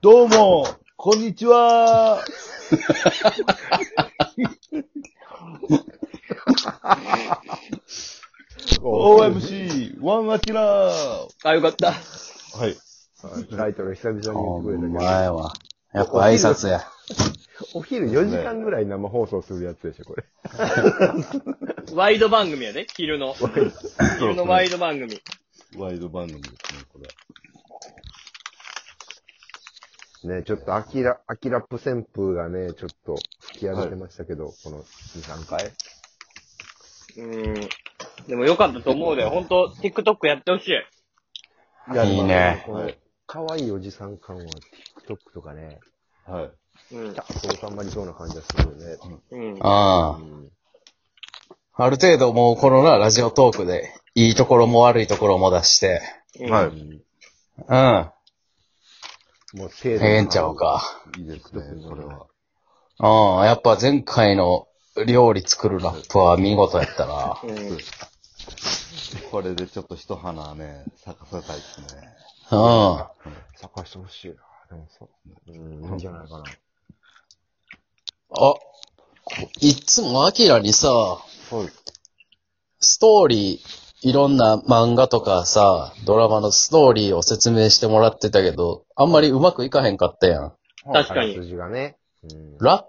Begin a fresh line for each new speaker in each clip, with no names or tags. どうも、こんにちは。OMC、ワンアキラー。
あ、よかった。
はい。
タイトル久々に言
お
ってくれたけ
前は。やっぱ挨拶や。
ど、お昼4時間ぐらい生放送するやつでしょ、これ。
ワイド番組やで、昼の。昼のワイド番組。
ワイド番組ですね、これ。
ね、ちょっとアキラ、アキラップ旋風がね、ちょっと吹き荒れてましたけど、この2、3回。
うん。でもよかったと思うで、ほんと、TikTok やってほしい。
いいね
この
はい
可愛いおじさん感は TikTok とかね、
はい。
うん
キャ。ッと収まりそうな感じがするよね。
うん。
あ
うん
あ。ある程度もうこのな、ラジオトークで、いいところも悪いところも出して、
うん。
うん。
もう精
ええんちゃう。か。
いいですね、それは。
うん。やっぱ前回の料理作るラップは見事やったな。
うん。
これでちょっと一花ね、咲かせたいですね。
うん。
探してほしいな。でもそう。うん、いいんじゃないかな。
あ、いっつもアキラにさ、
はい
ストーリー、いろんな漫画とかさ、ドラマのストーリーを説明してもらってたけど、あんまりうまくいかへんかったやん。
確か
あら
に。
すじがね。うん。
ラッ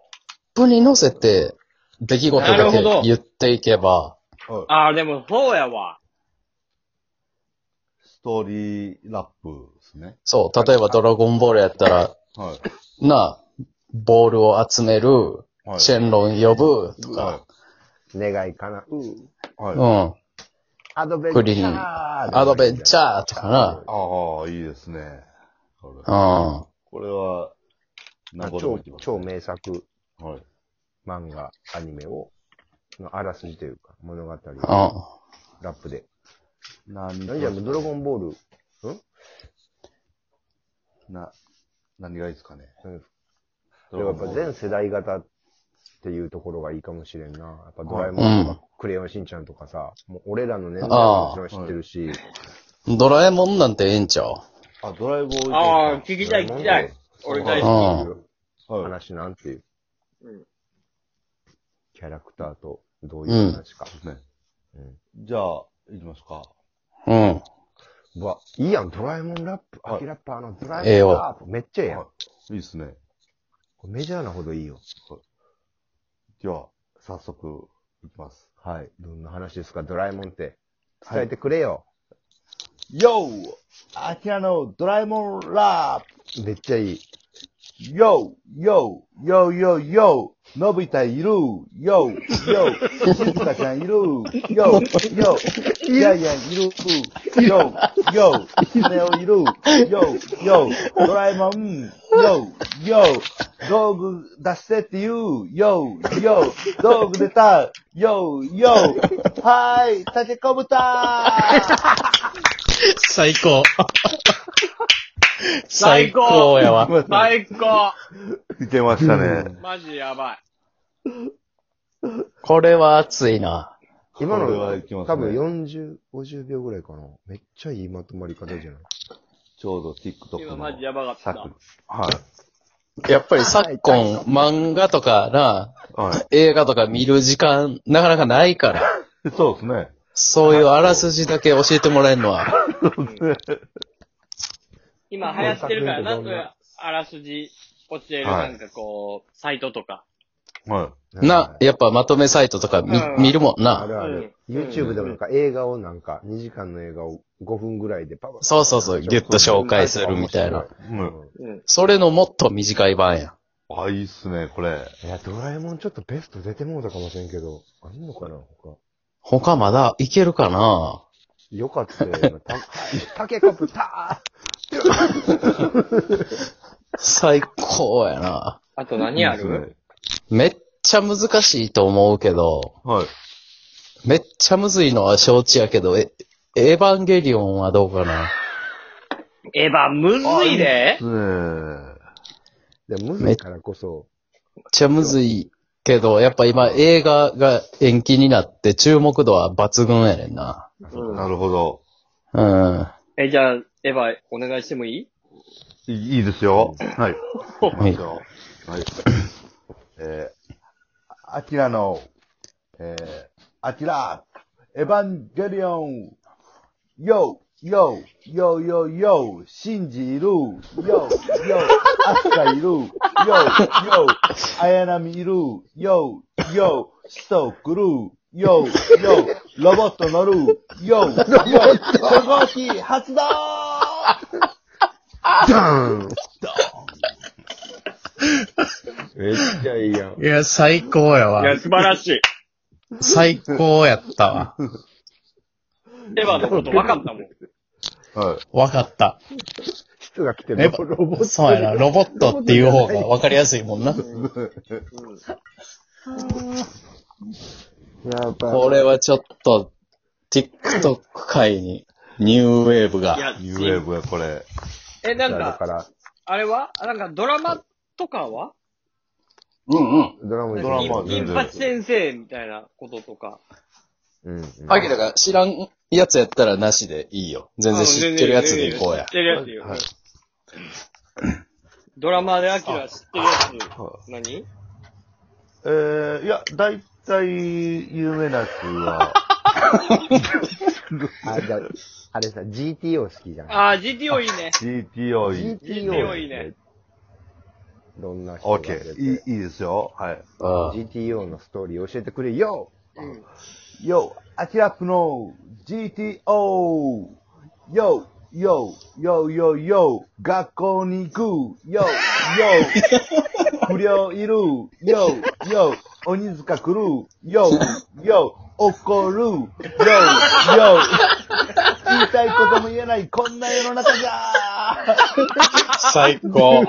プに乗せて、出来事
なる
だ
ほ
け
ど
言っていけば、
あー、でもそうやわ。
ストーリーラップですね。
そう、例えばドラゴンボールやったら、
は
なあ、ボールを集める、
い。はい。
シェンロン呼ぶ、とか
は、
願いかな。うん。
い。はい。
う
あ
ん、
アドベンチ
クリー
ャ
ン
ー。
アドベンチャーとか
あ、いいですね。これ
な、
これは、名
まあ
残
超
できま、す
超
ね。
名作
はい。
漫画、アニメを、のあらすじというか、物語、
う
ラ
ん、うん。
ップで。
何
何じゃ、ドラゴンボール、
な、何がいいですかね。
うん
ド
で
ラ
も
ゴン
や
ボ
っぱ
ール
全世代型っていうところがいいかもしれんな。やっぱドラえ
う
もんと
ん
か、クレヨンしんちゃんとかさ、もう俺らの年代
あ
も
あ
もちろん知ってるし、
ドラえもんなんてええんちゃう
あ、ドライブを置いてるか
あー、聞きたい聞きたい。俺大好
好き
うん
はい。
話なんていう
うん。
キャラクターとどういう話か。
そうですね。
うん
じゃあ、行きますか。
うん。
うわ、いいやん、ドラえもんラップ、
はい
アキラッパーのドラ
ええ
えもん
わ
ラップ、めっちゃええやん。
はい
こ
いいですね。
れメジャーなほどいいよ。
では、早速、いきます。
はい。どんな話ですか、ドラえもんって。伝えてくれよ。
YO! アキラのドラえもんラ
めっちゃいい。
ップ !YO! YO! YO! YO! YO! のび太いる !YO! YO! しずかちゃんいる !YO! YO! ジャイアンいる !YO! YO! スネオいる !YO! YO! ドラえもん !YO! YO! 道具出してって言う !YO! YO! 道具出た !YO! YO! はーい竹子豚
最 高。
最高
やわ。
き。最高
いけましたね。
マジやばい。
これは熱いな。
今の
これはいきますね
多分40、50秒ぐらいかな。めっちゃいいまとまり方じゃない
ちょうど TikTok
今
の。
マジやばかった。
はい。
やっぱり昨今、漫画とかな、
は
映画とか見る時間、なかなかないから、
い。そうですね。
そういうあらすじだけ教えてもらえるのは、
今流行ってるから、なんか、あらすじ教える、なんかこう、サイトとか。
は
な、やっぱまとめサイトとか見
うん
見るもん
あ
な。
るある。
うん
YouTube でもなんか映画をなんか、2時間の映画を5分ぐらいでパパ
そうそうそう、ギュッと紹介するみたいな。。
い。うん。
うん。
それのもっと短い版や。
あ、いいっすね、これ。
いや、ドラえもんちょっとベスト出てもうたかもしれんけど、あんのかな他。
他まだいけるかな
よかったよ。今たタケコプタ
最高やな。
あと何あ
いいっす
る
ね
めっちゃ難しいと思うけど、
はい。
めっちゃむずいのは承知やけど、え、エヴァンゲリオンはどうかな
エヴァ、むずいで
ねえ。
ーでも、むずいからこそ、
めっちゃむずいけど、やっぱ今映画が延期になって注目度は抜群やねんな。
うん
なるほど。
うん。
え、じゃあ、エヴァ、お願いしてもいい
いいいいですよ。はい。いきますよ。はい。
えー、アキラの、えー、アキラ、エヴァンゲリオン、よ、よ、よ、よ、よ、シンジいる、よ、よ、アスカいる、よ、よ、綾波いる、よ、よ、シソ来る、よ、よ、ロボット乗る、よ、よ、初号機発動
ダーンめっちゃいいやん。
いや、最高
い
や
や、
わ。
素晴らしい。
最高やったわ。
エヴァのこと分かったもん。
はい。
わかった。
人が来て
え
る。ロボット。
そうやな、ロボットっていう方がわかりやすいもんな。
やばい。
これはちょっと、TikTok 界にニューウェーブ
い
が。
や、
ニューウェーブや、これ。
え、なん
だ
か
か、ら、
あれはあなんかドラマとかは
うんうん。
ドラマ
ドラマは
銀
全然
八先生みたいなこととか。
うん、うん。
アキラが知らんやつやったらなしでいいよ。全然知ってるやつでいこうや
知っ。てるやつでいこう
はい
ドラマでアキラ知ってるやつ、何
えー、いや、だいたい有名なやつは、
あ、じゃあ、あれさ、GTO 好きじゃん。
あー、GTO いいね。
GTO いい。
GTO いいね。
どんな人が出て
OK。いい、いいですよ。はい。
うん。
GTO のストーリー教えてくれよ
うん。
よ、アキラプの GTO! よ、よ、よ、よ、よ、学校に行くよ、よ、不良いるよ、よ、鬼塚来るよ、よ、怒るよ、よ、言いたいことも言えないこんな世の中じゃ
最高。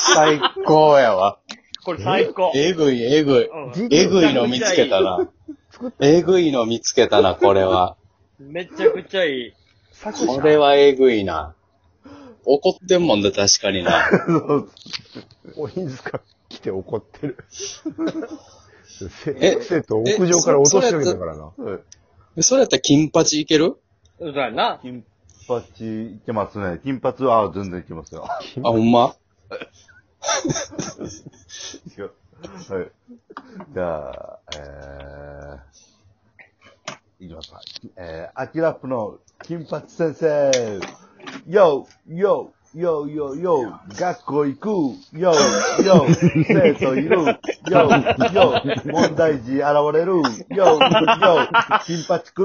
最高やわ。
これ最高。
えぐい、えぐい。
うん
えぐいの見つけたな。えぐいの見つけたな、これは。
めちゃくちゃいい。
これはえぐいな。怒ってんもんだ、確かにな。
鬼塚来て怒ってる。
え
せ、生徒を屋上から落とし上げたからな。
それやったら金八いける
そうだよな。
金八いけますね。金八は、あ全然いけますよ。は
あ、ほんま
い。じゃあ、えー、いきますか。え
ーアキラプの金髪先生よ、よ、よ、よ、よ、学校行くよ、よ、生徒いるよ、よ、問題児現れるよ、よ、金髪来る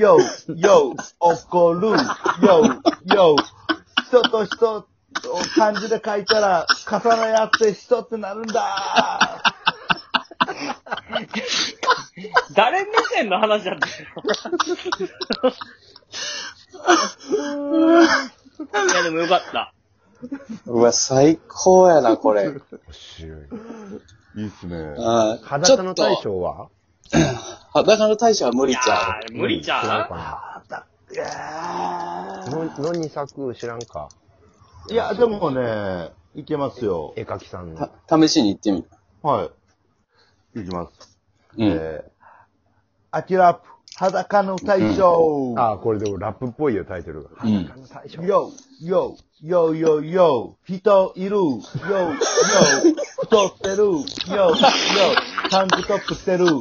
よ、よ、怒るよ、よ、人と人を漢字で書いたら重ね合って人ってなるんだ
誰目線の話だったよ。 いや、でもよかった。
うわ、最高やな、これ。
面白い。
ー、いいっすね。
あーち
裸
ょ
の
っと
大将は
裸の大将は無
い
理
や
ちゃ
ー、無理じゃ
知らん
ん。
かな。の、のに作知らんか。
いや、でもね、いけますよ。
絵描きさんの。
う。試しに行ってみる。
はい。いきます。
うん。
え
アキラプ、裸の大将
ああ、これでもラップっぽいよ、タイトルが。
うん。
大将。
よ、よ、よ、よ、よ、人いる、よ、よ、太ってる、よ、よ、タンクトップしてる、よ、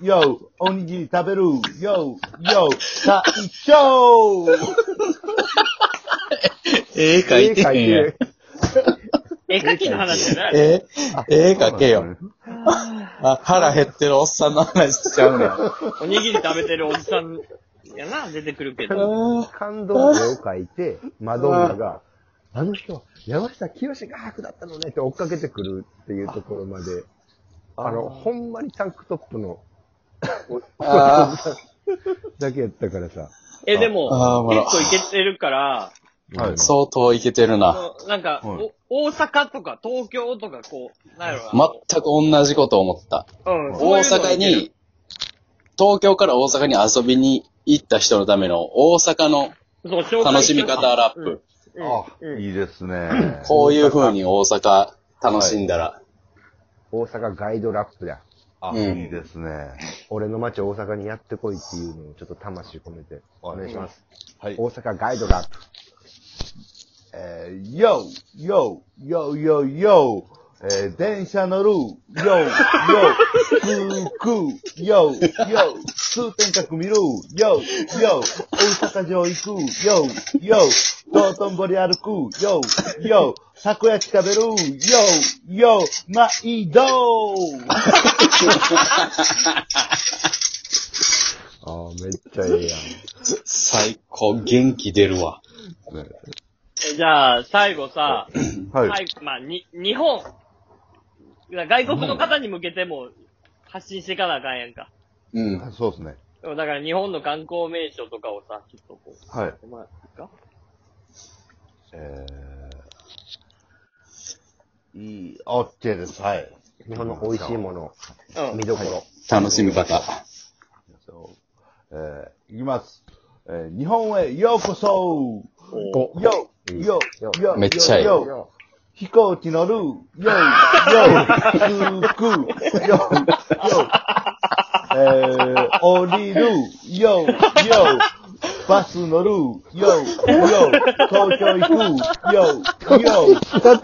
よ、おにぎり食べる、よ、よ、最長
絵描いてへんやん。
絵描きの話じゃない。
え絵描け
そうなん
よ。 あ、腹減ってるおっさんの話しちゃうねん。
おにぎり食べてるおじさんやな、出てくるけど。
あ
感動の絵を描いて、マドンナが、あの人は山下清が白だったのねって追っかけてくるっていうところまで、あの、ほんまにタンクトップ の
ーあ
だけやったからさ。
え、で
ー、あー、
も、
ほら
結。構いけてるから、
はい
相当いけてるな。
そのなんか、
はい
お大阪とか東京とかこう、なんやろな。
全く同じこと思った。
うん、そう
大
いうのが
阪
いける
に、東京から大阪に遊びに行った人のための大阪の
そう紹介
楽しみ方ラップ。
あ、いいですね。
こういう風に大阪楽しんだら。
大阪ガイドラップだ。
あ、
うん
いいですね。
俺の街大阪にやってこいっていうのをちょっと魂込めてお願いします。
はい。
大阪ガイドラップ。
えー、よう、よう、よう、よう、よう、えー、電車乗る、よう、よう、くーくー、よう、よう、通天閣見る、よう、よう、大阪城行く、よう、よう、道頓堀歩く、よう、よう、たこ焼き食べる、よう、よう、毎度
ああ、めっちゃええやん。
最高、元気出るわ。
えじゃあ、最後さ、
はい。
はい、まあ、に、日本、外国の方に向けても発信していかなあかんやんか。
うん。
そうですね。
でもだから日本の観光名所とかをさ、ちょっとこう、
はい。
お前、いいか
えー、いい、OK です。はい。
日本の美味しいもの、
うん
見。どころ。
楽しみ方。
えー、いきます。えー、日本へようこそ
お
お、
よう、よう、よう、
めっちゃええ
よう飛行機乗る、よい、よい、つく、よい、よい、えー、降りる、よい、よい、バス乗る、よい、よい、東京行く、よい、よい、えー東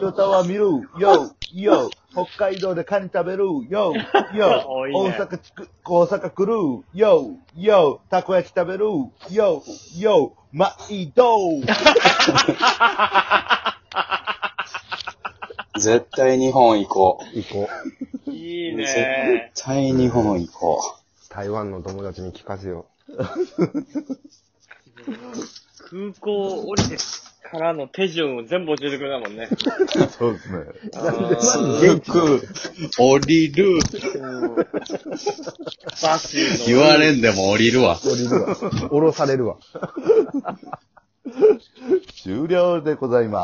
京タワー見る、よい、よい、北海道でカニ食べる、よい、よい、
多い
大
ね
阪つく、大阪来る、よい、よい、たこ焼き食べる、よい、よい、毎度
絶対日本行こう。
行こう。
いい
絶
ね
対日本行こ
台湾の友達に聞かせよ
空港降りてからの手順を全部教えてくれたもんね。
そうですね。
う。すぐ、降りる。
バスの。
言われんでも降りる
う。
わ。
降りるわ。降ろされるわ。
終了でございます。